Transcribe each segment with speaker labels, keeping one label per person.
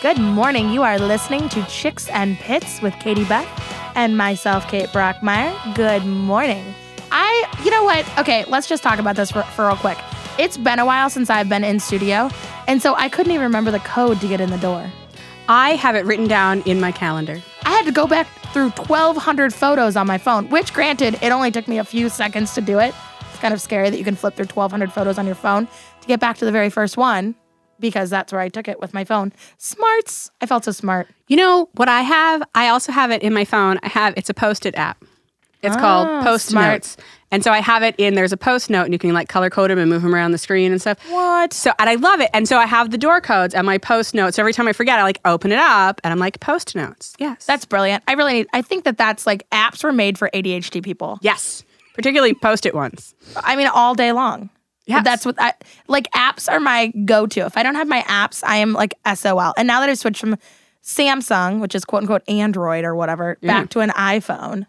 Speaker 1: Good morning. You are listening to Chicks and Pits with Katie Buck and myself, Kate Brockmeyer. Good morning. I, you know what? Okay, let's just talk about this for, for real quick. It's been a while since I've been in studio, and so I couldn't even remember the code to get in the door.
Speaker 2: I have it written down in my calendar.
Speaker 1: I had to go back through 1,200 photos on my phone, which, granted, it only took me a few seconds to do it. It's kind of scary that you can flip through 1,200 photos on your phone to get back to the very first one because that's where I took it with my phone. Smarts. I felt so smart.
Speaker 2: You know what I have? I also have it in my phone. I have it's a Post-it app. It's called Post
Speaker 1: Oh, smart.
Speaker 2: Notes, and so I have it in. There's a Post note, and you can like color code them and move them around the screen and stuff.
Speaker 1: What?
Speaker 2: So and I love it, and so I have the door codes and my Post notes. So every time I forget, I like open it up and I'm like Post notes. Yes,
Speaker 1: That's brilliant. I really need, I think that that's like apps were made for ADHD people.
Speaker 2: yes, particularly Post-it ones.
Speaker 1: I mean, all day long.
Speaker 2: Yes.
Speaker 1: That's what I like. Apps are my go to. If I don't have my apps, I am like SOL. And now that I've switched from Samsung, which is quote unquote Android or whatever, back to an iPhone,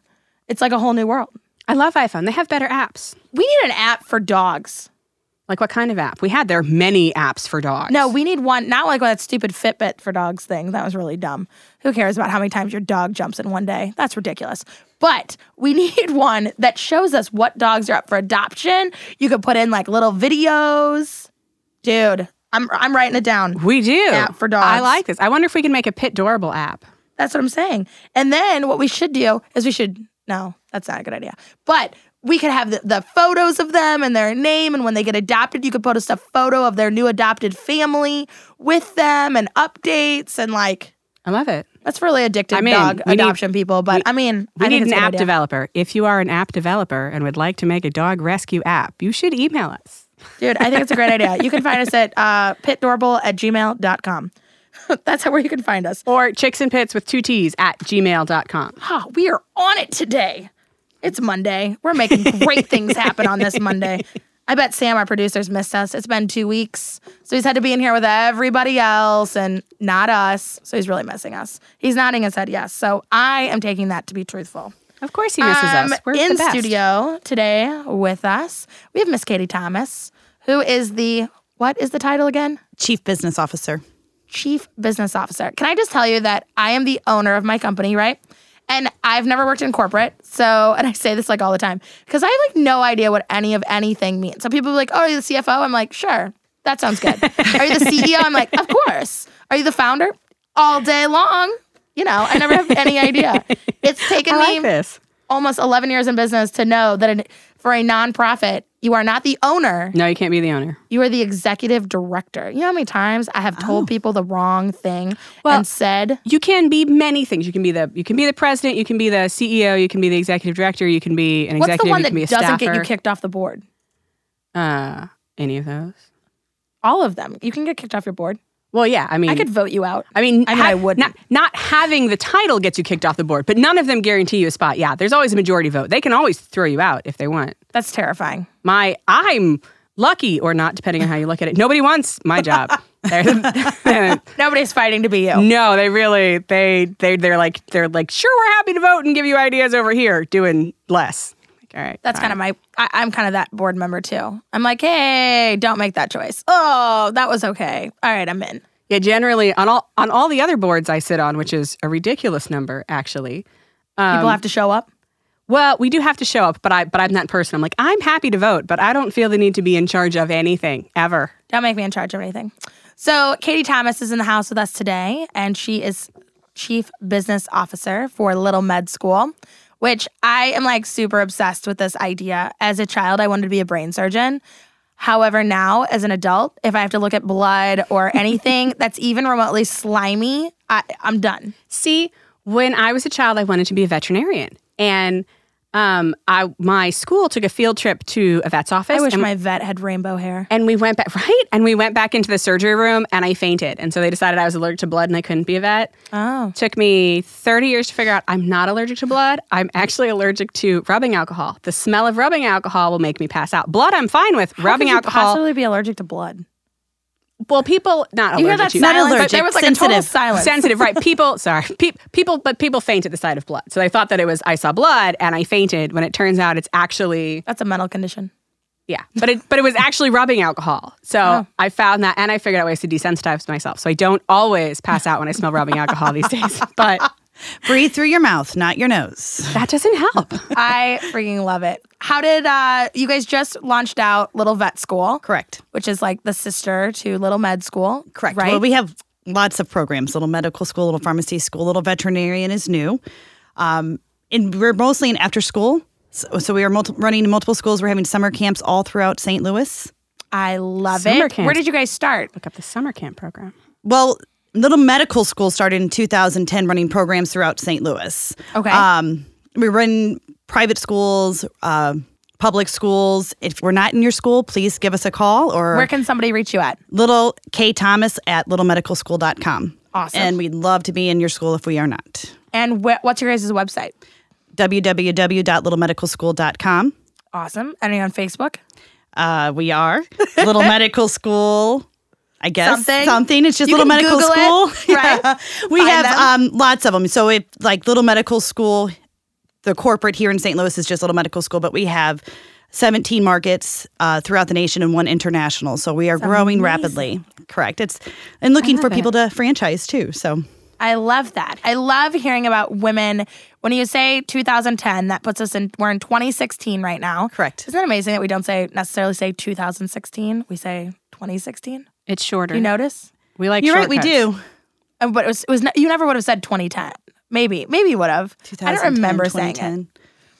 Speaker 1: it's like a whole new world.
Speaker 2: I love iPhone. They have better apps.
Speaker 1: We need an app for dogs.
Speaker 2: Like what kind of app? We had there are many apps for dogs.
Speaker 1: No, we need one, not like that stupid Fitbit for dogs thing. That was really dumb. Who cares about how many times your dog jumps in one day? That's ridiculous. But we need one that shows us what dogs are up for adoption. You could put in like little videos. Dude, I'm I'm writing it down.
Speaker 2: we do
Speaker 1: App for dogs.
Speaker 2: I like this. I wonder if we can make a Pit Dorable app.
Speaker 1: That's what I'm saying. And then what we should do is we should no, that's not a good idea. But we could have the, the photos of them and their name, and when they get adopted, you could post a photo of their new adopted family with them and updates and like
Speaker 2: I love it.
Speaker 1: that's really addicted
Speaker 2: I mean,
Speaker 1: dog
Speaker 2: we need-
Speaker 1: adoption people. But I mean,
Speaker 2: We
Speaker 1: I
Speaker 2: need
Speaker 1: think
Speaker 2: an
Speaker 1: it's a good
Speaker 2: app
Speaker 1: idea.
Speaker 2: developer. If you are an app developer and would like to make a dog rescue app, you should email us.
Speaker 1: dude. I think it's a great idea. You can find us at uh, pitdorable at gmail.com. that's how where you can find us.
Speaker 2: Or chicks and pits with two T's at gmail.com.
Speaker 1: Ah, we are on it today. It's Monday. We're making great things happen on this Monday. I bet Sam, our producer's missed us. It's been two weeks. So he's had to be in here with everybody else and not us. So he's really missing us. He's nodding his head yes. So I am taking that to be truthful.
Speaker 2: Of course he misses
Speaker 1: Um,
Speaker 2: us. We're
Speaker 1: in
Speaker 2: the best.
Speaker 1: studio today with us, we have Miss Katie Thomas, who is the what is the title again?
Speaker 3: Chief Business Officer.
Speaker 1: Chief Business Officer. Can I just tell you that I am the owner of my company, right? And I've never worked in corporate, so and I say this like all the time because I have like no idea what any of anything means. So people are like, "Oh, are you the CFO?" I'm like, "Sure, that sounds good." are you the CEO? I'm like, "Of course." Are you the founder? All day long. You know, I never have any idea. It's taken
Speaker 2: I
Speaker 1: me
Speaker 2: like this.
Speaker 1: almost 11 years in business to know that an, for a nonprofit, you are not the owner,
Speaker 2: No, you can't be the owner.
Speaker 1: you are the executive director. You know how many times I have told people the wrong thing
Speaker 2: Well-
Speaker 1: and said,
Speaker 2: You can be many things. You can be the you can be the president, you can be the CEO, you can be the executive director, you can be an
Speaker 1: What's
Speaker 2: executive,
Speaker 1: the one
Speaker 2: you
Speaker 1: that
Speaker 2: can be a
Speaker 1: doesn't
Speaker 2: staffer.
Speaker 1: get you kicked off the board?
Speaker 2: uh, any of those?
Speaker 1: All of them. You can get kicked off your board.
Speaker 2: Well, yeah, I mean
Speaker 1: I could vote you out.
Speaker 2: I mean,
Speaker 1: I mean, I wouldn't.
Speaker 2: Not, not having the title gets you kicked off the board, but none of them guarantee you a spot. Yeah, there's always a majority vote. They can always throw you out if they want.
Speaker 1: That's terrifying.
Speaker 2: My, I'm lucky or not, depending on how you look at it. Nobody wants my job. They're-
Speaker 1: Nobody's fighting to be you.
Speaker 2: no, they really, they, they, they're like, they're like, sure, we're happy to vote and give you ideas over here, doing less. Like, all right,
Speaker 1: That's kind of my, I, I'm kind of that board member too. I'm like, hey, don't make that choice. Oh, that was okay. All right, I'm in.
Speaker 2: Yeah, generally on all on all the other boards I sit on, which is a ridiculous number, actually.
Speaker 1: People
Speaker 2: Um,
Speaker 1: have to show up.
Speaker 2: Well, we do have to show up, but I but I'm that person. I'm like, I'm happy to vote, but I don't feel the need to be in charge of anything ever.
Speaker 1: Don't make me in charge of anything. So, Katie Thomas is in the house with us today, and she is Chief Business Officer for Little Med School, which I am like super obsessed with this idea. As a child, I wanted to be a brain surgeon. However, now as an adult, if I have to look at blood or anything that's even remotely slimy, I, I'm done.
Speaker 2: See, when I was a child, I wanted to be a veterinarian. And um, I my school took a field trip to a vet's office.
Speaker 1: I wish
Speaker 2: and,
Speaker 1: my vet had rainbow hair.
Speaker 2: and we went back right, and we went back into the surgery room, and I fainted. And so they decided I was allergic to blood, and I couldn't be a vet.
Speaker 1: Oh,
Speaker 2: Took me 30 years to figure out I'm not allergic to blood. I'm actually allergic to rubbing alcohol. The smell of rubbing alcohol will make me pass out. Blood, I'm fine with. rubbing
Speaker 1: How could you
Speaker 2: alcohol.
Speaker 1: possibly be allergic to blood.
Speaker 2: well, people not allergic
Speaker 1: You hear that
Speaker 2: to
Speaker 1: silence? But
Speaker 3: allergic,
Speaker 1: there was like a total
Speaker 3: sensitive.
Speaker 1: silence.
Speaker 2: sensitive, right? People, sorry, pe- people, but people faint at the sight of blood. So they thought that it was I saw blood and I fainted. When it turns out it's actually
Speaker 1: That's a mental condition.
Speaker 2: Yeah, but it but it was actually rubbing alcohol. So I found that, and I figured out ways to desensitize myself. So I don't always pass out when I smell rubbing alcohol these days. But
Speaker 3: Breathe through your mouth, not your nose.
Speaker 2: that doesn't help.
Speaker 1: I freaking love it. How did uh, you guys just launched out Little Vet School?
Speaker 3: Correct.
Speaker 1: Which is like the sister to Little Med School.
Speaker 3: Correct.
Speaker 1: Right.
Speaker 3: Well, we have lots of programs little medical school, little pharmacy school, little veterinarian is new. Um, and we're mostly in after school. So, so we are multi- running to multiple schools. We're having summer camps all throughout St. Louis.
Speaker 1: I love
Speaker 2: Summer
Speaker 1: it.
Speaker 2: camps.
Speaker 1: Where did you guys start?
Speaker 2: Look up the summer camp program.
Speaker 3: Well, Little Medical School started in 2010, running programs throughout St. Louis.
Speaker 1: Okay.
Speaker 3: Um, we run private schools, uh, public schools. If we're not in your school, please give us a call or
Speaker 1: Where can somebody reach you at?
Speaker 3: little k thomas at littlemedicalschool.com.
Speaker 1: Awesome.
Speaker 3: And we'd love to be in your school if we are not.
Speaker 1: And wh- what's your guys' website?
Speaker 3: www.littlemedicalschool.com.
Speaker 1: Awesome. And are you on Facebook?
Speaker 3: Uh, we are Little Medical School. I guess
Speaker 1: Something.
Speaker 3: It's just
Speaker 1: You
Speaker 3: Little
Speaker 1: can
Speaker 3: Medical
Speaker 1: Google it,
Speaker 3: School,
Speaker 1: right?
Speaker 3: We
Speaker 1: Find
Speaker 3: have um, lots of them. So if like Little Medical School, the corporate here in St. Louis is just Little Medical School, but we have 17 markets uh, throughout the nation and one international. So we are growing rapidly. Correct. It's and looking for people to franchise too. So
Speaker 1: I love that. I love hearing about women. When you say 2010, that puts us in, we're in 2016 right now.
Speaker 3: Correct.
Speaker 1: Isn't it amazing that we don't say necessarily say 2016? We say 2016.
Speaker 2: It's shorter.
Speaker 1: You notice?
Speaker 2: we like.
Speaker 3: you're right.
Speaker 2: shortcuts.
Speaker 3: We do.
Speaker 1: And but it was, it was, ne- you never would have said 2010. Maybe, maybe you would have. I don't remember saying it.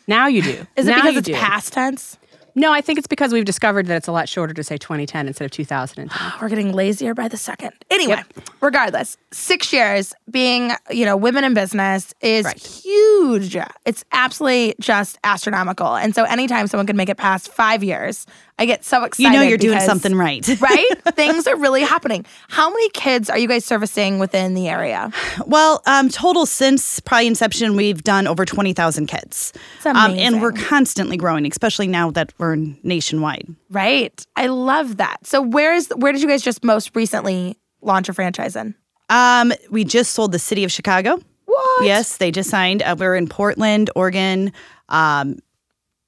Speaker 2: Now you do.
Speaker 1: Is it
Speaker 2: Now
Speaker 1: because
Speaker 2: you
Speaker 1: it's
Speaker 2: do.
Speaker 1: past tense?
Speaker 2: No, I think it's because we've discovered that it's a lot shorter to say 2010 instead of 2010.
Speaker 1: we're getting lazier by the second. Anyway, regardless, six years being, you know, women in business is huge. It's absolutely just astronomical. And so anytime someone could make it past five years, I get so
Speaker 3: You
Speaker 1: excited.
Speaker 3: know you're doing
Speaker 1: because-
Speaker 3: something right.
Speaker 1: right? Things are really happening. How many kids are you guys servicing within the area?
Speaker 3: Well, um, total since probably inception, we've done over 20,000 kids. Um,
Speaker 1: That's
Speaker 3: and we're
Speaker 1: amazing.
Speaker 3: constantly growing, especially now that we're nationwide.
Speaker 1: Right. I love that. So where's where did you guys just most recently launch a franchise in?
Speaker 3: Um, we just sold the city of Chicago.
Speaker 1: What?
Speaker 3: Yes, they just signed. Uh, we're in Portland, Oregon. Um,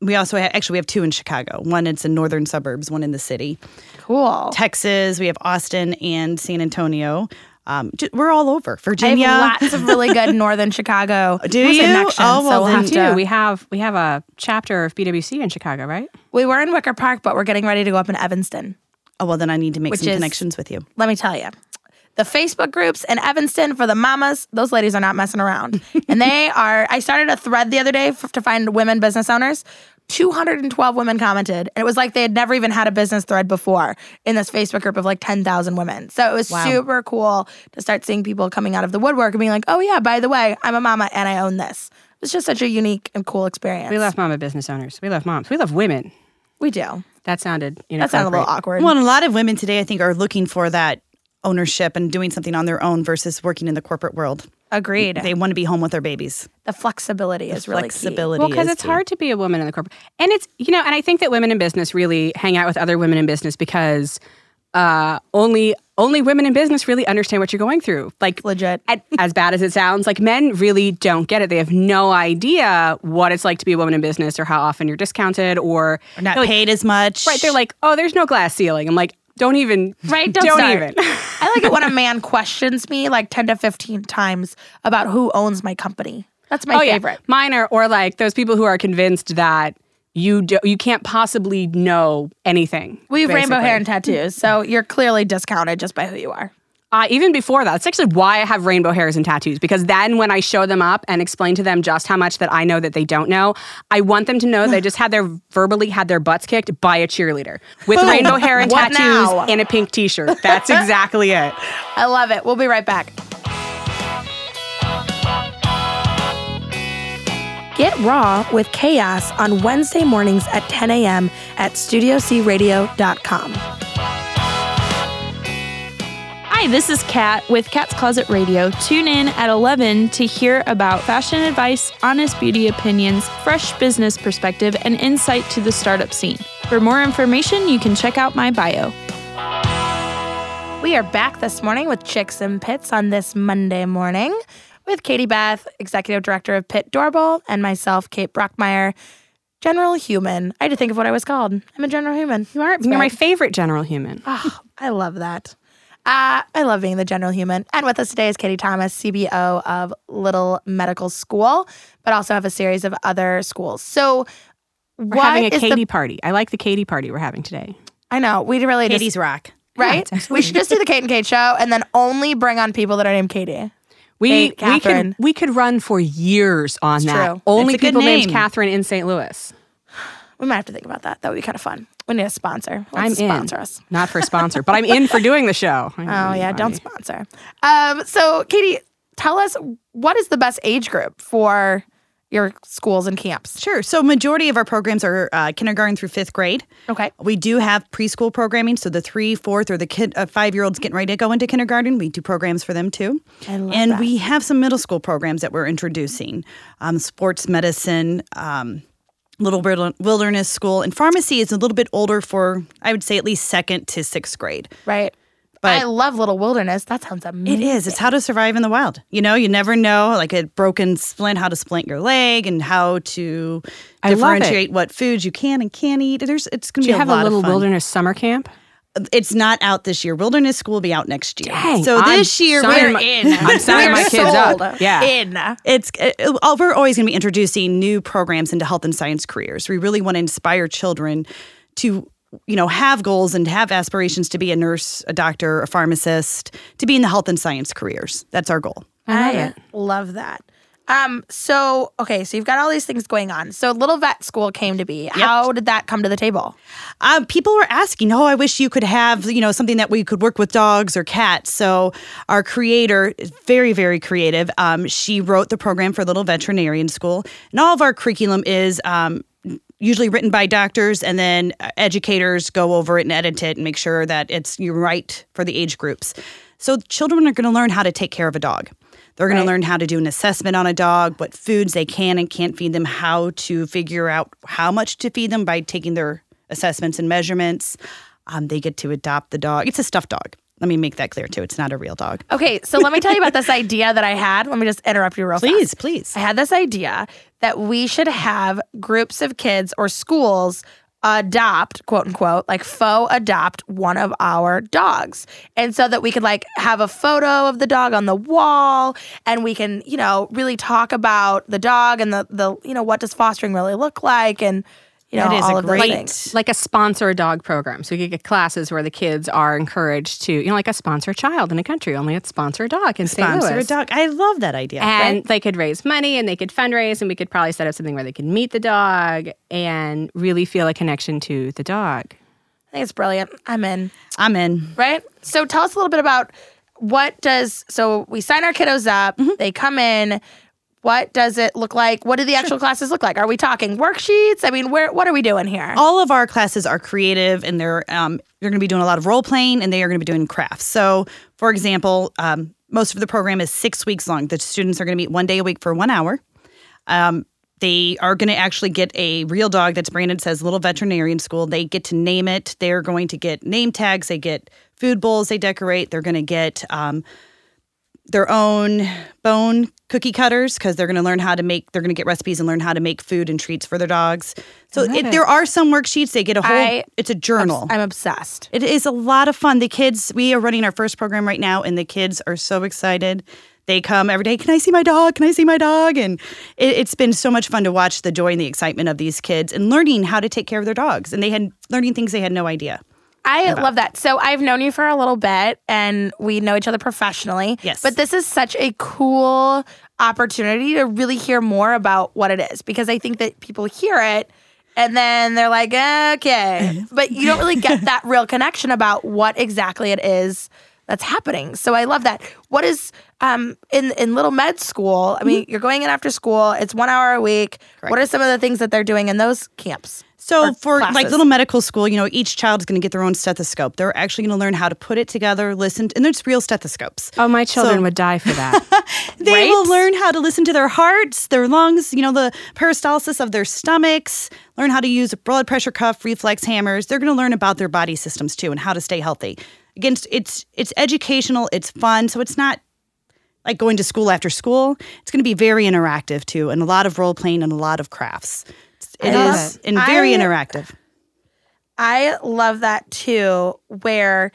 Speaker 3: we also have, actually we have two in Chicago. One it's in northern suburbs, one in the city.
Speaker 1: Cool.
Speaker 3: Texas, we have Austin and San Antonio. Um, ju- we're all over.
Speaker 1: I have
Speaker 3: Virginia.
Speaker 1: lots of really good northern Chicago
Speaker 3: Do you?
Speaker 1: connections.
Speaker 3: Oh,
Speaker 1: so
Speaker 3: well,
Speaker 1: we'll
Speaker 3: then
Speaker 1: have
Speaker 2: We
Speaker 1: to-
Speaker 2: do. We have we have a chapter of BWC in Chicago, right?
Speaker 1: We were in Wicker Park, but we're getting ready to go up in Evanston.
Speaker 3: oh well, then I need to make
Speaker 1: Which
Speaker 3: some
Speaker 1: is-
Speaker 3: connections with you.
Speaker 1: Let me tell you. The Facebook groups in Evanston for the mamas, those ladies are not messing around. and they are, I started a thread the other day f- to find women business owners. 212 women commented, and it was like they had never even had a business thread before in this Facebook group of like 10,000 women. So it was super cool to start seeing people coming out of the woodwork and being like, oh, yeah, by the way, I'm a mama and I own this. It was just such a unique and cool experience.
Speaker 2: We love mama business owners. We love moms. We love women.
Speaker 1: We do.
Speaker 2: That sounded you know.
Speaker 1: That sounded a little awkward.
Speaker 3: Well, and a lot of women today, I think, are looking for that ownership and doing something on their own versus working in the corporate world.
Speaker 1: Agreed.
Speaker 3: They want to be home with their babies.
Speaker 1: the flexibility is really
Speaker 3: Flexibility.
Speaker 2: Well, because
Speaker 3: is
Speaker 2: it's
Speaker 3: key.
Speaker 2: hard to be a woman in the corporate, and it's you know, and I think that women in business really hang out with other women in business because uh, only only women in business really understand what you're going through. Like
Speaker 1: key. legit.
Speaker 2: at- as bad as it sounds, like men really don't get it. They have no idea what it's like to be a woman in business or how often you're discounted or
Speaker 3: They're not
Speaker 2: they're like-
Speaker 3: paid as much.
Speaker 2: Right. They're like, oh, there's no glass ceiling. I'm like, don't even.
Speaker 1: Right? Don't,
Speaker 2: Don't
Speaker 1: start.
Speaker 2: even.
Speaker 1: I like it when a man questions me like 10 to 15 times about who owns my company. That's my
Speaker 2: oh,
Speaker 1: favorite.
Speaker 2: yeah. Mine are, or like those people who are convinced that you do, you can't possibly know anything.
Speaker 1: We have rainbow
Speaker 2: basically.
Speaker 1: hair and tattoos, so you're clearly discounted just by who you are.
Speaker 2: Uh, even before that, that's actually why I have rainbow hairs and tattoos because then when I show them up and explain to them just how much that I know that they don't know, I want them to know they just had their verbally had their butts kicked by a cheerleader with rainbow hair and
Speaker 1: What
Speaker 2: tattoos
Speaker 1: now?
Speaker 2: and a pink T-shirt. That's exactly it.
Speaker 1: I love it. We'll be right back. Get Raw with Chaos on Wednesday mornings at 10 a.m. at studiocradio.com.
Speaker 4: Hi, this is Kat with Kat's Closet Radio. Tune in at 11 to hear about fashion advice, honest beauty opinions, fresh business perspective, and insight to the startup scene. For more information, you can check out my bio.
Speaker 1: We are back this morning with Chicks and Pits on this Monday morning with Katie Beth, Executive Director of Pitt Doorbell, and myself, Kate Brockmeyer, General human. I had to think of what I was called. I'm a general human. You are.
Speaker 2: You're my favorite general human.
Speaker 1: I love that. Uh, I love being the general human. And with us today is Katie Thomas, CBO of Little Medical School, but also have a series of other schools. So,
Speaker 2: We're
Speaker 1: what
Speaker 2: having a
Speaker 1: is the-
Speaker 2: Katie party. I like the Katie party we're having today.
Speaker 1: I know we really just-
Speaker 3: Katie's rock.
Speaker 1: right. we should just do the Kate and Kate show, and then only bring on people that are named Katie. Hey,
Speaker 2: We we
Speaker 1: Catherine.
Speaker 2: could we could run for years on that.
Speaker 1: true.
Speaker 2: Only
Speaker 3: It's a good
Speaker 2: people named
Speaker 3: name.
Speaker 2: Catherine in St. Louis.
Speaker 1: We might have to think about that. That would be kind of fun. We need a sponsor. Let's
Speaker 2: I'm
Speaker 1: sponsor
Speaker 2: in.
Speaker 1: us.
Speaker 2: Not for a sponsor, but I'm in for doing the show. I
Speaker 1: Oh
Speaker 2: know
Speaker 1: yeah, don't
Speaker 2: anybody.
Speaker 1: sponsor. Um, so Katie, tell us what is the best age group for your schools and camps?
Speaker 3: Sure. So majority of our programs are uh, kindergarten through fifth grade.
Speaker 1: Okay.
Speaker 3: We do have preschool programming, so the three, fourth, or the kid, uh, five-year-olds getting ready to go into kindergarten, we do programs for them too.
Speaker 1: I love
Speaker 3: and
Speaker 1: that.
Speaker 3: we have some middle school programs that we're introducing: um, sports medicine, um, little Wil- wilderness school, and pharmacy is a little bit older for, I would say, at least second to sixth grade.
Speaker 1: Right.
Speaker 3: But-
Speaker 1: I love Little Wilderness. That sounds
Speaker 3: It
Speaker 1: amazing.
Speaker 3: is. It's how to survive in the wild. You know, you never know, like a broken splint, how to splint your leg and how to
Speaker 2: love it.
Speaker 3: differentiate what foods you can and can't eat. There's, it's going to
Speaker 2: Do
Speaker 3: be
Speaker 2: you have
Speaker 3: a lot
Speaker 2: a little
Speaker 3: of fun.
Speaker 2: wilderness summer camp?
Speaker 3: It's not out this year. Wilderness School will be out next year.
Speaker 2: Dang,
Speaker 3: so
Speaker 2: I'm
Speaker 3: this year
Speaker 2: signing
Speaker 3: we're
Speaker 2: my-
Speaker 3: in.
Speaker 2: I'm signing my kids
Speaker 1: sold.
Speaker 2: up. Yeah.
Speaker 1: In.
Speaker 3: It's it, it- we're always going to be introducing new programs into health and science careers. We really want to inspire children to you know have goals and have aspirations to be a nurse, a doctor, a pharmacist, to be in the health and science careers. That's our goal.
Speaker 1: I love, that. Um, so okay, so you've got all these things going on. So Little Vet School came to be. How did that come to the table?
Speaker 3: Um, people were asking, "Oh, I wish you could have you know something that we could work with dogs or cats." So our creator is very, very creative. Um, she wrote the program for Little Veterinarian School, and all of our curriculum is. Um, Usually written by doctors, and then uh, educators go over it and edit it and make sure that it's you're right for the age groups. So children are going to learn how to take care of a dog. They're going
Speaker 1: Right.
Speaker 3: to learn how to do an assessment on a dog, what foods they can and can't feed them, how to figure out how much to feed them by taking their assessments and measurements. Um, they get to adopt the dog. It's a stuffed dog. Let me make that clear too. It's not a real dog.
Speaker 1: Okay, so let me tell you about this idea that I had. Let me just interrupt you real fast.
Speaker 3: Please, please.
Speaker 1: I had this idea that we should have groups of kids or schools adopt, quote unquote, like faux adopt one of our dogs. And so that we could like have a photo of the dog on the wall and we can, you know, really talk about the dog and the the you know, what does fostering really look like and you know,
Speaker 3: That is
Speaker 1: all
Speaker 3: a
Speaker 1: of those
Speaker 3: great-
Speaker 1: things.
Speaker 2: Like a sponsor a dog program. So you could get classes where the kids are encouraged to, you know, like a sponsor a child in a country, only it's sponsor a dog in St.
Speaker 3: Sponsor a
Speaker 2: Louis.
Speaker 3: dog. I love that idea.
Speaker 2: And they could raise money and they could fundraise and we could probably set up something where they could meet the dog and really feel a connection to the dog.
Speaker 1: I think it's brilliant. I'm in.
Speaker 3: I'm in.
Speaker 1: right? So tell us a little bit about what does so we sign our kiddos up,
Speaker 3: Mm-hmm.
Speaker 1: they come in. What does it look like? What do the actual classes look like? Are we talking worksheets? I mean, where what are we doing here?
Speaker 3: all of our classes are creative and they're um, they're going to be doing a lot of role playing and they are going to be doing crafts. So, for example, um, most of the program is six weeks long. The students are going to meet one day a week for one hour. Um, they are going to actually get a real dog that's branded says Little Veterinarian School. They get to name it. They're going to get name tags. They get food bowls. They decorate. They're going to get um, their own bone cookie cutters because they're going to learn how to make they're going to get recipes and learn how to make food and treats for their dogs so it, there are some worksheets they get a whole
Speaker 1: I-
Speaker 3: it's a journal
Speaker 1: I'm obsessed.
Speaker 3: it is a lot of fun the kids we are running our first program right now and the kids are so excited they come every day can i see my dog can i see my dog and it, it's been so much fun to watch the joy and the excitement of these kids and learning how to take care of their dogs and they had learning things they had no idea
Speaker 1: I love that. So I've known you for a little bit and we know each other professionally.
Speaker 3: Yes.
Speaker 1: But this is such a cool opportunity to really hear more about what it is because I think that people hear it and then they're like, okay. But you don't really get that real connection about what exactly it is that's happening. So I love that. What is um in in little med school? I mean, you're going in after school, it's one hour a week. What are some of the things that they're doing in those camps?
Speaker 3: So
Speaker 1: or
Speaker 3: for like
Speaker 1: classes.
Speaker 3: little medical school, you know, each child's going to get their own stethoscope. They're actually going to learn how to put it together, listen, and there's real stethoscopes.
Speaker 2: Oh, my children would die for that.
Speaker 3: they will learn how to listen to their hearts, their lungs, you know, the peristalsis of their stomachs, learn how to use a blood pressure cuff, reflex hammers. They're going to learn about their body systems too and how to stay healthy. Again, it's- it's it's educational, it's fun, so it's not like going to school after school. It's going to be very interactive too and a lot of role playing and a lot of crafts. It's- It
Speaker 1: I
Speaker 3: is and very
Speaker 1: I-
Speaker 3: interactive.
Speaker 1: I love that too, where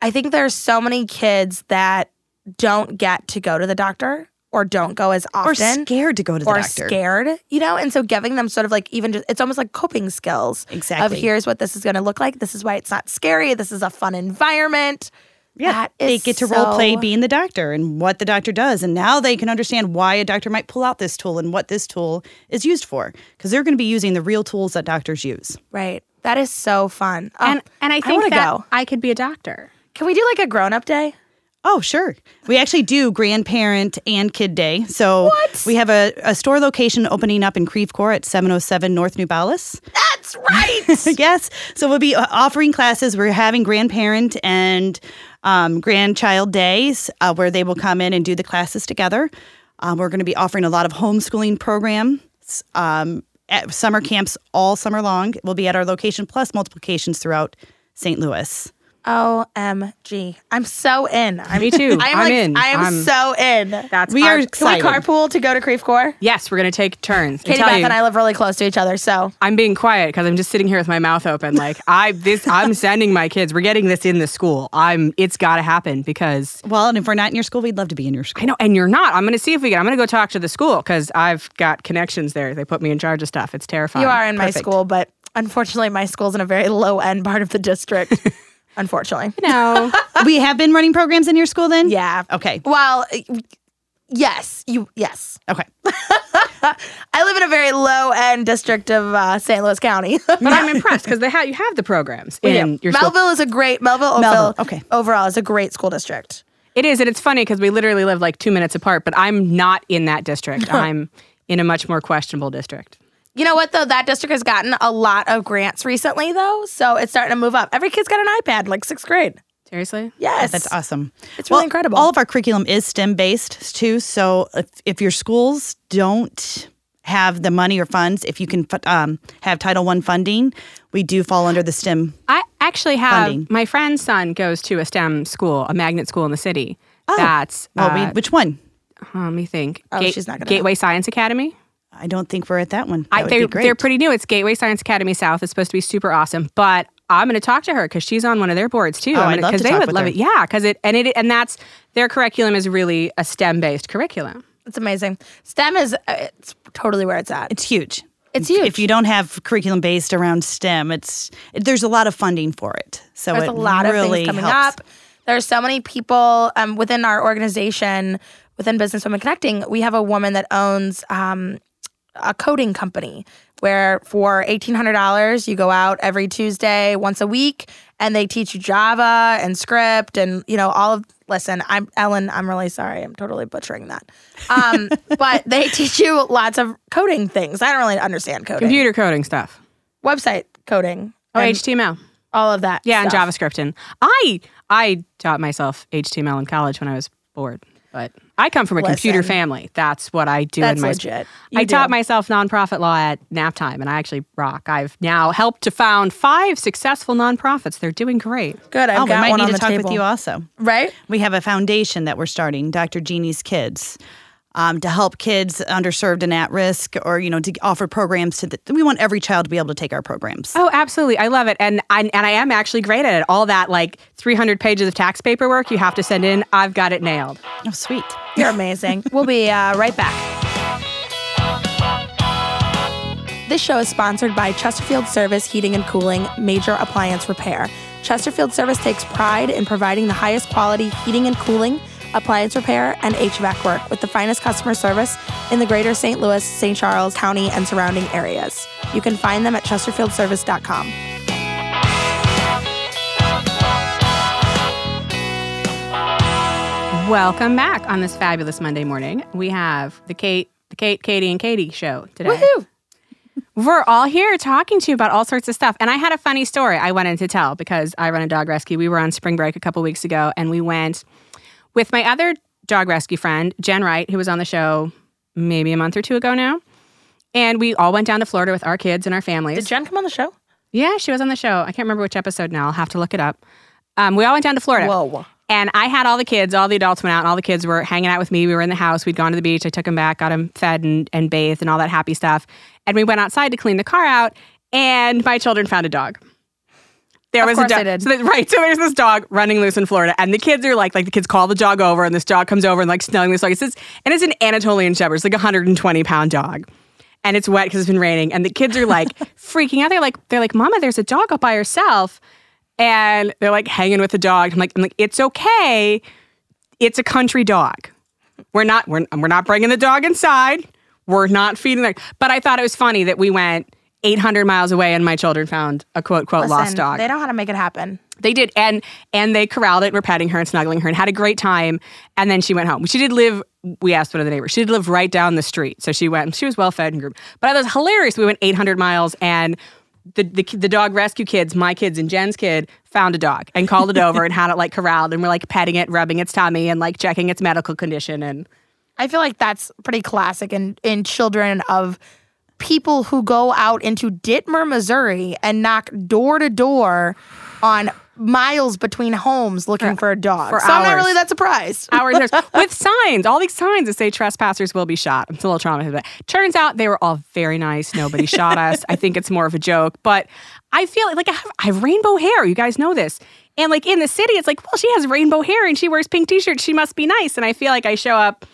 Speaker 1: I think there's so many kids that don't get to go to the doctor or don't go as
Speaker 3: Or
Speaker 1: often
Speaker 3: scared to go to the
Speaker 1: or
Speaker 3: doctor.
Speaker 1: scared, you know? And so giving them sort of like even just, it's almost like coping skills
Speaker 3: Exactly.
Speaker 1: of here's what this is going to look like. This is why it's not scary. This is a fun environment. Yeah. That is
Speaker 3: they get to
Speaker 1: so,
Speaker 3: role play being the doctor and what the doctor does and now they can understand why a doctor might pull out this tool and what this tool is used for because they're going to be using the real tools that doctors use
Speaker 1: Right. That is so fun. Oh,
Speaker 2: and and I think
Speaker 1: wanna
Speaker 2: that
Speaker 1: go.
Speaker 2: I could be a doctor.
Speaker 1: Can we do like a grown up day?
Speaker 3: oh sure we actually do grandparent and kid day so we have a, a store location opening up in creve coeur at 707 north new Ballis.
Speaker 1: That's right.
Speaker 3: yes so we'll be uh, offering classes we're having grandparent and um, grandchild days uh, where they will come in and do the classes together um, we're going to be offering a lot of homeschooling programs um, at summer camps all summer long we'll be at our location plus multiplications throughout st louis
Speaker 1: OMG. I'm so in. I'm,
Speaker 2: Me too.
Speaker 1: I am
Speaker 2: I'm
Speaker 1: like,
Speaker 2: in.
Speaker 1: I am
Speaker 2: I'm-
Speaker 1: so in.
Speaker 2: That's
Speaker 3: We
Speaker 2: our-
Speaker 3: are-
Speaker 1: Can we
Speaker 3: Excited.
Speaker 1: carpool to go to Creve Coeur?
Speaker 2: yes, we're gonna take turns.
Speaker 1: Katie
Speaker 2: I tell
Speaker 1: Beth
Speaker 2: you,
Speaker 1: and I live really close to each other, so
Speaker 2: I'm being quiet because I'm just sitting here with my mouth open. Like I this I'm sending my kids. We're getting this in the school. I'm it's gotta happen because
Speaker 3: well and if we're not in your school we'd love to be in your
Speaker 2: I
Speaker 3: school
Speaker 2: know, and you're not. I'm gonna see if we can. I'm gonna go talk to the school because I've got connections there. They put me in charge of stuff. It's terrifying.
Speaker 1: you are in my
Speaker 2: Perfect.
Speaker 1: school, but unfortunately, my school's in a very low end part of the district. unfortunately.
Speaker 2: No.
Speaker 3: we have been running programs in your school then
Speaker 1: Yeah.
Speaker 3: okay
Speaker 1: Well, y- yes, you yes.
Speaker 3: okay
Speaker 1: I live in a very low end district of uh, St. Louis County.
Speaker 2: but I'm impressed because they have you have the programs in your school.
Speaker 1: Melville is a great Melville.
Speaker 3: Melville,
Speaker 1: Melville.
Speaker 3: okay.
Speaker 1: Overall, is a great school district.
Speaker 2: It is, and it's funny because we literally live like two minutes apart. But I'm not in that district. I'm in a much more questionable district.
Speaker 1: You know what though? That district has gotten a lot of grants recently though, so it's starting to move up. Every kid's got an iPad, in, like sixth grade.
Speaker 2: Seriously?
Speaker 1: Yes,
Speaker 3: That's awesome.
Speaker 1: It's really incredible.
Speaker 3: All of our curriculum is STEM based too. So if, if your schools don't have the money or funds, if you can fu- um, have Title I funding, we do fall under the STEM.
Speaker 2: I actually have
Speaker 3: Funding.
Speaker 2: my friend's son goes to a STEM school, a magnet school in the city. That's
Speaker 3: Well,
Speaker 2: uh,
Speaker 3: we, which one?
Speaker 2: let me think.
Speaker 1: Oh, she's not gonna
Speaker 2: Gateway Science Academy.
Speaker 3: I don't think we're at that one. That
Speaker 2: I,
Speaker 3: would
Speaker 2: they're
Speaker 3: be great.
Speaker 2: they're pretty new. It's Gateway Science Academy South. It's supposed to be super awesome, but I'm going to talk to her because she's on one of their boards too.
Speaker 3: Oh, I'd
Speaker 2: I'm gonna,
Speaker 3: love
Speaker 2: 'cause
Speaker 3: to
Speaker 2: they
Speaker 3: talk
Speaker 2: would
Speaker 3: with
Speaker 2: love
Speaker 3: her.
Speaker 2: it. Yeah, because it and it and that's their curriculum is really a STEM based curriculum.
Speaker 1: it's amazing. STEM is uh, it's totally where it's at.
Speaker 3: It's huge.
Speaker 1: It's huge.
Speaker 3: If you don't have curriculum based around STEM, it's it, there's a lot of funding for it. So
Speaker 1: There's
Speaker 3: it
Speaker 1: a lot
Speaker 3: really
Speaker 1: of things coming up.
Speaker 3: helps.
Speaker 1: There's so many people um, within our organization, within Business Women Connecting. We have a woman that owns um, a coding company where for $1,800, you go out every Tuesday, once a week, and they teach you Java and script and, you know, all of. Listen, I'm Ellen. I'm really sorry. I'm totally butchering that. Um, but they teach you lots of coding things. I don't really understand coding.
Speaker 2: Computer coding stuff.
Speaker 1: Website coding.
Speaker 2: Oh,
Speaker 1: and
Speaker 2: HTML.
Speaker 1: all of that.
Speaker 2: Yeah,
Speaker 1: stuff.
Speaker 2: and JavaScript. And I I taught myself HTML in college when I was bored. But I come from a computer
Speaker 1: Listen.
Speaker 2: family. That's what I do
Speaker 1: That's
Speaker 2: in my
Speaker 1: legit. You
Speaker 2: I taught
Speaker 1: do.
Speaker 2: myself nonprofit law at nap time and I actually rock. I've now helped to found five successful nonprofits. They're doing great.
Speaker 1: Good. I've
Speaker 3: Oh, we
Speaker 1: got
Speaker 3: might
Speaker 1: one
Speaker 3: need
Speaker 1: on
Speaker 3: to
Speaker 1: the
Speaker 3: talk
Speaker 1: table.
Speaker 3: with you also.
Speaker 1: Right?
Speaker 3: We have a foundation that we're starting, Dr. Jeannie's Kids, um, to help kids underserved and at risk, or you know, to offer programs to. The, we want every child to be able to take our programs.
Speaker 2: Oh, absolutely. I love it. And I, and I am actually great at it. All that like 300 pages of tax paperwork you have to send in, I've got it nailed.
Speaker 3: Oh, sweet.
Speaker 1: You're amazing. we'll be uh, right back. This show is sponsored by Chesterfield Service Heating and Cooling Major Appliance Repair. Chesterfield Service takes pride in providing the highest quality heating and cooling, appliance repair, and HVAC work with the finest customer service in the greater St. Louis, St. Charles County, and surrounding areas. You can find them at chesterfieldservice.com.
Speaker 2: Welcome back on this fabulous Monday morning. We have the Kate, the Kate, Katie, and Katie show today.
Speaker 1: Woohoo!
Speaker 2: We're all here talking to you about all sorts of stuff. And I had a funny story I wanted to tell because I run a dog rescue. We were on spring break a couple weeks ago and we went with my other dog rescue friend, Jen Wright, who was on the show maybe a month or two ago now. And we all went down to Florida with our kids and our families.
Speaker 1: Did Jen come on the show?
Speaker 2: yeah, she was on the show. I can't remember which episode now. I'll have to look it up. Um, we all went down to Florida.
Speaker 1: Whoa.
Speaker 2: And I had all the kids, all the adults went out, and all the kids were hanging out with me. We were in the house. We'd gone to the beach. I took them back, got them fed and, and bathed and all that happy stuff. and we went outside to clean the car out, and my children found a dog. There
Speaker 1: Of
Speaker 2: was a
Speaker 1: course
Speaker 2: dog.
Speaker 1: they did.
Speaker 2: So that- right. So there's this dog running loose in Florida, and the kids are like, like the kids call the dog over, and this dog comes over and like smelling this dog. It's this, and it's an Anatolian Shepherd, it's like a 120 pound dog, and it's wet because it's been raining, and the kids are like freaking out. They're like, they're like, Mama, there's a dog up by herself, and they're like hanging with the dog. I'm like, I'm like, it's okay. It's a country dog. We're not we're, we're not bringing the dog inside. We're not feeding the. But I thought it was funny that we went 800 miles away and my children found a quote quote lost
Speaker 1: Listen,
Speaker 2: dog.
Speaker 1: They know how to make it happen.
Speaker 2: They did, and and they corralled it, were petting her and snuggling her, and had a great time. And then she went home. She did live. We asked one of the neighbors. She did live right down the street, so she went. She was well fed and groomed. But I thought it was hilarious. We went 800 miles, and the, the the dog rescue kids, my kids and Jen's kid, found a dog and called it over and had it like corralled, and we're like petting it, rubbing its tummy, and like checking its medical condition. And
Speaker 1: I feel like that's pretty classic in, in children of people who go out into Ditmer, Missouri and knock door to door on miles between homes looking for a dog.
Speaker 2: for
Speaker 1: so I'm not
Speaker 2: hours.
Speaker 1: really that surprised.
Speaker 2: hours and hours with signs, all these signs that say trespassers will be shot. I'm still a little traumatized. But turns out they were all very nice. Nobody shot us. I think it's more of a joke, but I feel like I have, I have rainbow hair. You guys know this. And like in the city, it's like, well, she has rainbow hair and she wears pink t-shirts. She must be nice. And I feel like I show up.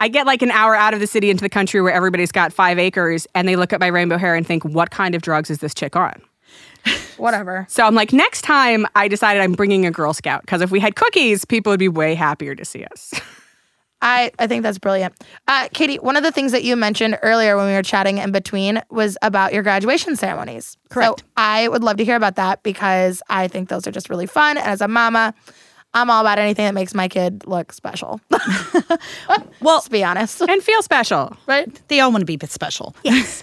Speaker 2: I get like an hour out of the city into the country where everybody's got five acres and they look at my rainbow hair and think, what kind of drugs is this chick on?
Speaker 1: Whatever.
Speaker 2: So I'm like, next time I decided I'm bringing a Girl Scout because if we had cookies, people would be way happier to see us.
Speaker 1: I, I think that's brilliant. Uh, Katie, one of the things that you mentioned earlier when we were chatting in between was about your graduation ceremonies.
Speaker 3: Correct.
Speaker 1: So I would love to hear about that because I think those are just really fun. And as a mama, I'm all about anything that makes my kid look special.
Speaker 3: Well,
Speaker 1: Let's be honest.
Speaker 2: and feel special.
Speaker 1: Right?
Speaker 3: they all want to be bit special. Yes.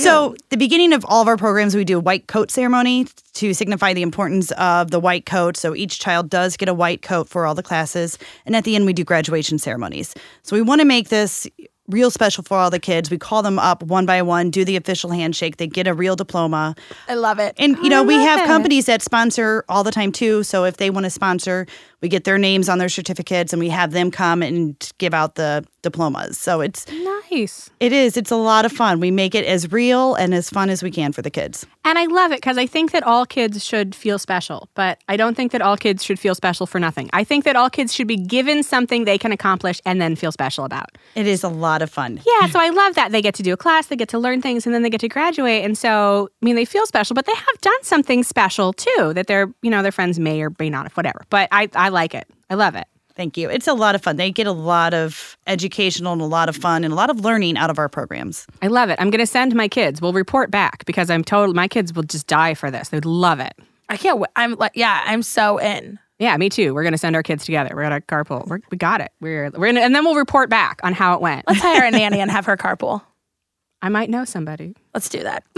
Speaker 3: so, the beginning of all of our programs, we do a white coat ceremony to signify the importance of the white coat. So, each child does get a white coat for all the classes. And at the end, we do graduation ceremonies. So, we want to make this real special for all the kids. We call them up one by one, do the official handshake, they get a real diploma.
Speaker 1: I love it.
Speaker 3: And you know, we have companies that sponsor all the time too. So if they want to sponsor, we get their names on their certificates and we have them come and give out the diplomas. So it's
Speaker 2: Nice.
Speaker 3: it is. It's a lot of fun. We make it as real and as fun as we can for the kids.
Speaker 2: And I love it because I think that all kids should feel special, but I don't think that all kids should feel special for nothing. I think that all kids should be given something they can accomplish and then feel special about.
Speaker 3: It is a lot of fun.
Speaker 2: Yeah, so I love that they get to do a class, they get to learn things, and then they get to graduate. And so, I mean, they feel special, but they have done something special too that their, you know, their friends may or may not have, whatever. But I, I like it. I love it.
Speaker 3: Thank you. It's a lot of fun. They get a lot of educational and a lot of fun and a lot of learning out of our programs.
Speaker 2: I love it. I'm going to send my kids. We'll report back because I'm told my kids will just die for this. They'd love it.
Speaker 1: I can't. Wait. I'm like, yeah, I'm so in.
Speaker 2: Yeah, me too. We're gonna send our kids together. We're gonna carpool. We're, we got it. We're we're gonna, and then we'll report back on how it went.
Speaker 1: Let's hire a nanny and have her carpool.
Speaker 2: I might know somebody.
Speaker 1: Let's do that.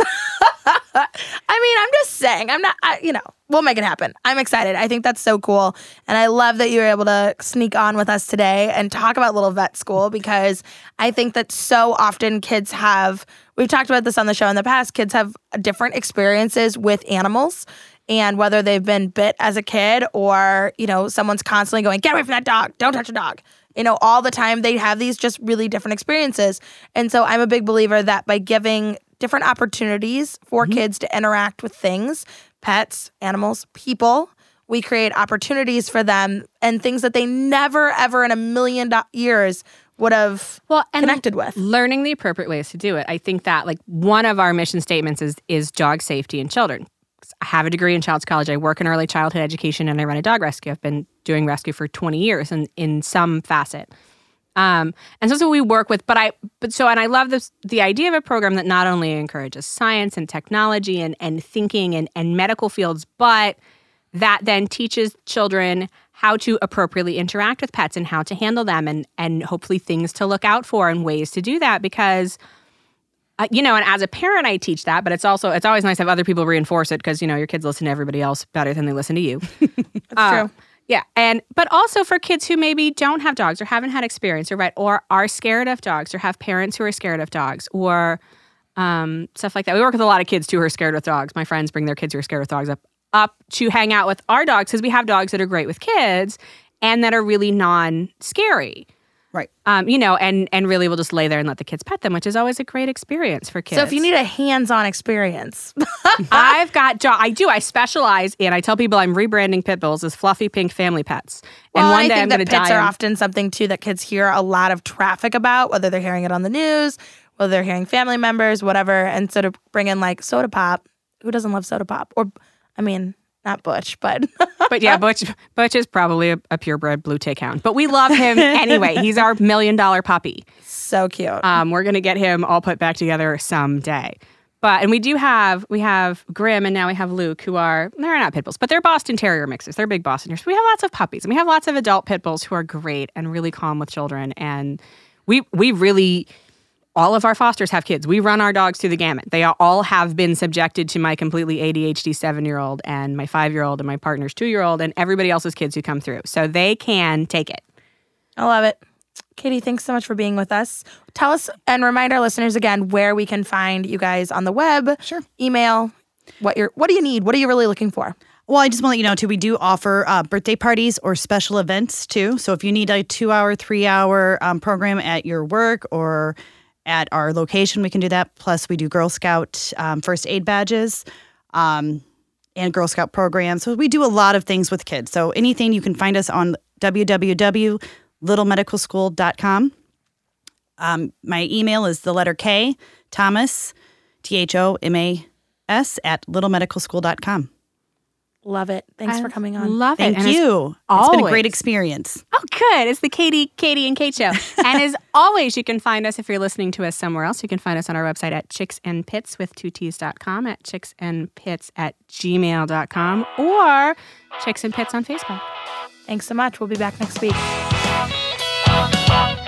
Speaker 1: I mean, I'm just saying. I'm not. I, you know, we'll make it happen. I'm excited. I think that's so cool, and I love that you were able to sneak on with us today and talk about Little Vet School because I think that so often kids have. We've talked about this on the show in the past. Kids have different experiences with animals. And whether they've been bit as a kid or, you know, someone's constantly going, get away from that dog, don't touch a dog. you know, all the time they have these just really different experiences. And so I'm a big believer that by giving different opportunities for kids to interact with things, pets, animals, people, we create opportunities for them and things that they never ever in a million do- years would have
Speaker 2: Well, and
Speaker 1: connected with.
Speaker 2: learning the appropriate ways to do it. I think that like one of our mission statements is is dog safety in children. I have a degree in child psychology. I work in early childhood education, and I run a dog rescue. I've been doing rescue for 20 years, in, in some facet. Um, and so that's what we work with. But I, but so, and I love this the idea of a program that not only encourages science and technology and and thinking and and medical fields, but that then teaches children how to appropriately interact with pets and how to handle them and and hopefully things to look out for and ways to do that because uh, you know, and as a parent, I teach that, but it's also it's always nice to have other people reinforce it because you know your kids listen to everybody else better than they listen to you. That's
Speaker 1: true.
Speaker 2: Yeah, and but also for kids who maybe don't have dogs or haven't had experience or right or are scared of dogs or have parents who are scared of dogs or um, stuff like that. We work with a lot of kids too who are scared with dogs. My friends bring their kids who are scared with dogs up up to hang out with our dogs because we have dogs that are great with kids and that are really non scary.
Speaker 3: Right.
Speaker 2: Um, you know, and and really we'll just lay there and let the kids pet them, which is always a great experience for kids.
Speaker 1: So if you need a hands-on experience,
Speaker 2: I've got jo- I do. I specialize in. I tell people I'm rebranding pit bulls as fluffy pink family pets.
Speaker 1: well,
Speaker 2: and one
Speaker 1: I
Speaker 2: day
Speaker 1: think
Speaker 2: I'm
Speaker 1: that
Speaker 2: going to
Speaker 1: pits
Speaker 2: die.
Speaker 1: are
Speaker 2: in-
Speaker 1: often something too that kids hear a lot of traffic about, whether they're hearing it on the news, whether they're hearing family members, whatever. And so to bring in like soda pop, who doesn't love soda pop? Or, I mean, not Butch, but
Speaker 2: but yeah, Butch Butch is probably a, a purebred blue tick hound, but we love him anyway. He's our million dollar puppy.
Speaker 1: so cute.
Speaker 2: Um, we're gonna get him all put back together someday. But and we do have we have Grim and now we have Luke who are they're not pit bulls but they're Boston Terrier mixes they're big Boston Terriers we have lots of puppies and we have lots of adult pit bulls who are great and really calm with children and we we really all of our fosters have kids we run our dogs through the gamut they all have been subjected to my completely ADHD seven year old and my five year old and my partner's two year old and everybody else's kids who come through so they can take it
Speaker 1: I love it. Katie, thanks so much for being with us. Tell us and remind our listeners again where we can find you guys on the web. Sure. Email. What you're what do you need? What are you really looking for?
Speaker 3: Well, I just want to let you know too. We do offer uh, birthday parties or special events too. So if you need a two-hour, three-hour um, program at your work or at our location, we can do that. Plus, we do Girl Scout um, first aid badges um, and Girl Scout programs. So we do a lot of things with kids. So anything you can find us on www.littlemedicalschool.com. Um, my email is the letter K Thomas T H O M A S at littlemedicalschool.com.
Speaker 1: Love it. Thanks for coming on.
Speaker 2: love
Speaker 3: Thank
Speaker 2: it And it's
Speaker 3: you. It's been a
Speaker 2: always-
Speaker 3: great experience.
Speaker 2: Oh, good. It's the Katie, Katie, and Kate show. and as always, you can find us if you're listening to us somewhere else. You can find us on our website at chicksandpits with two T's dot com, at chicksandpits at gmail dot com, or chicksandpits on Facebook.
Speaker 1: Thanks so much. We'll be back next week.
Speaker 5: Thank you.